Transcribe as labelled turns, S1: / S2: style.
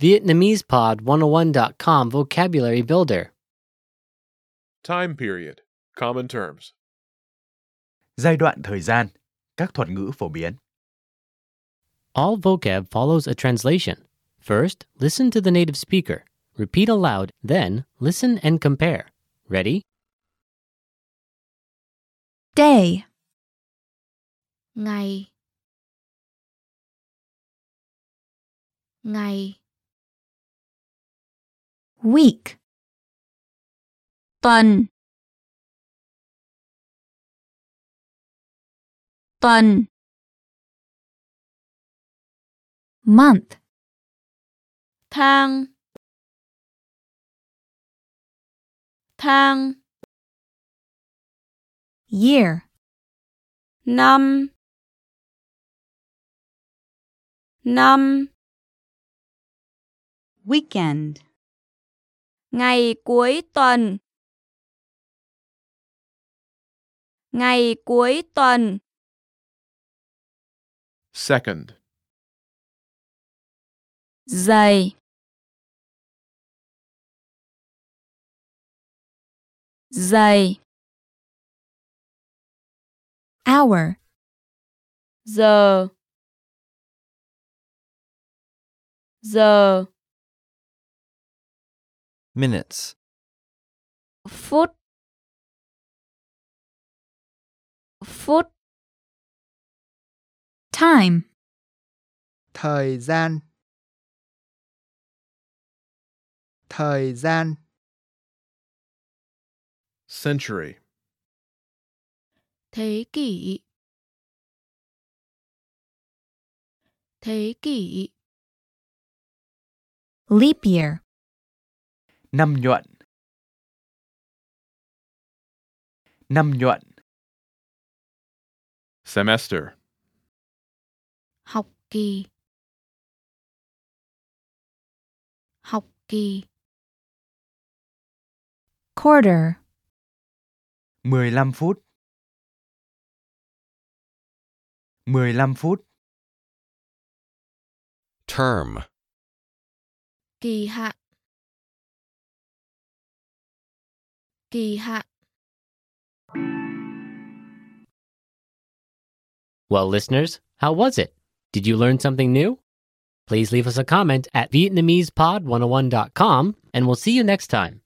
S1: VietnamesePod101.com Vocabulary Builder.
S2: Time period. Common terms.
S3: giai đoạn thời gian các thuật ngữ phổ biến
S1: All vocab follows a translation. First, listen to the native speaker. Repeat aloud, then, listen and compare. Ready?
S4: Day. Ngày. Ngày. Week. Tuần. Tuần. Month. Tháng. Tháng. Year. Năm. Năm. Weekend. Ngày cuối tuần. Ngày cuối tuần.
S2: Second.
S4: Giày. Giày. Hour. Giờ. Giờ.
S5: minutes,
S4: Phút. Phút. Time.
S6: thời gian thời gian
S2: Century.
S7: thế kỷ thế kỷ
S4: Leap year.
S3: năm nhuận năm nhuận
S2: Semester.
S7: học kỳ học kỳ
S4: Quarter.
S3: 15 phút 15 phút
S8: term,
S7: kỳ hạn kỳ hạn
S1: Well, listeners, how was it? Did you learn something new? oh Please leave us a comment at VietnamesePod101.com, and we'll see you next time.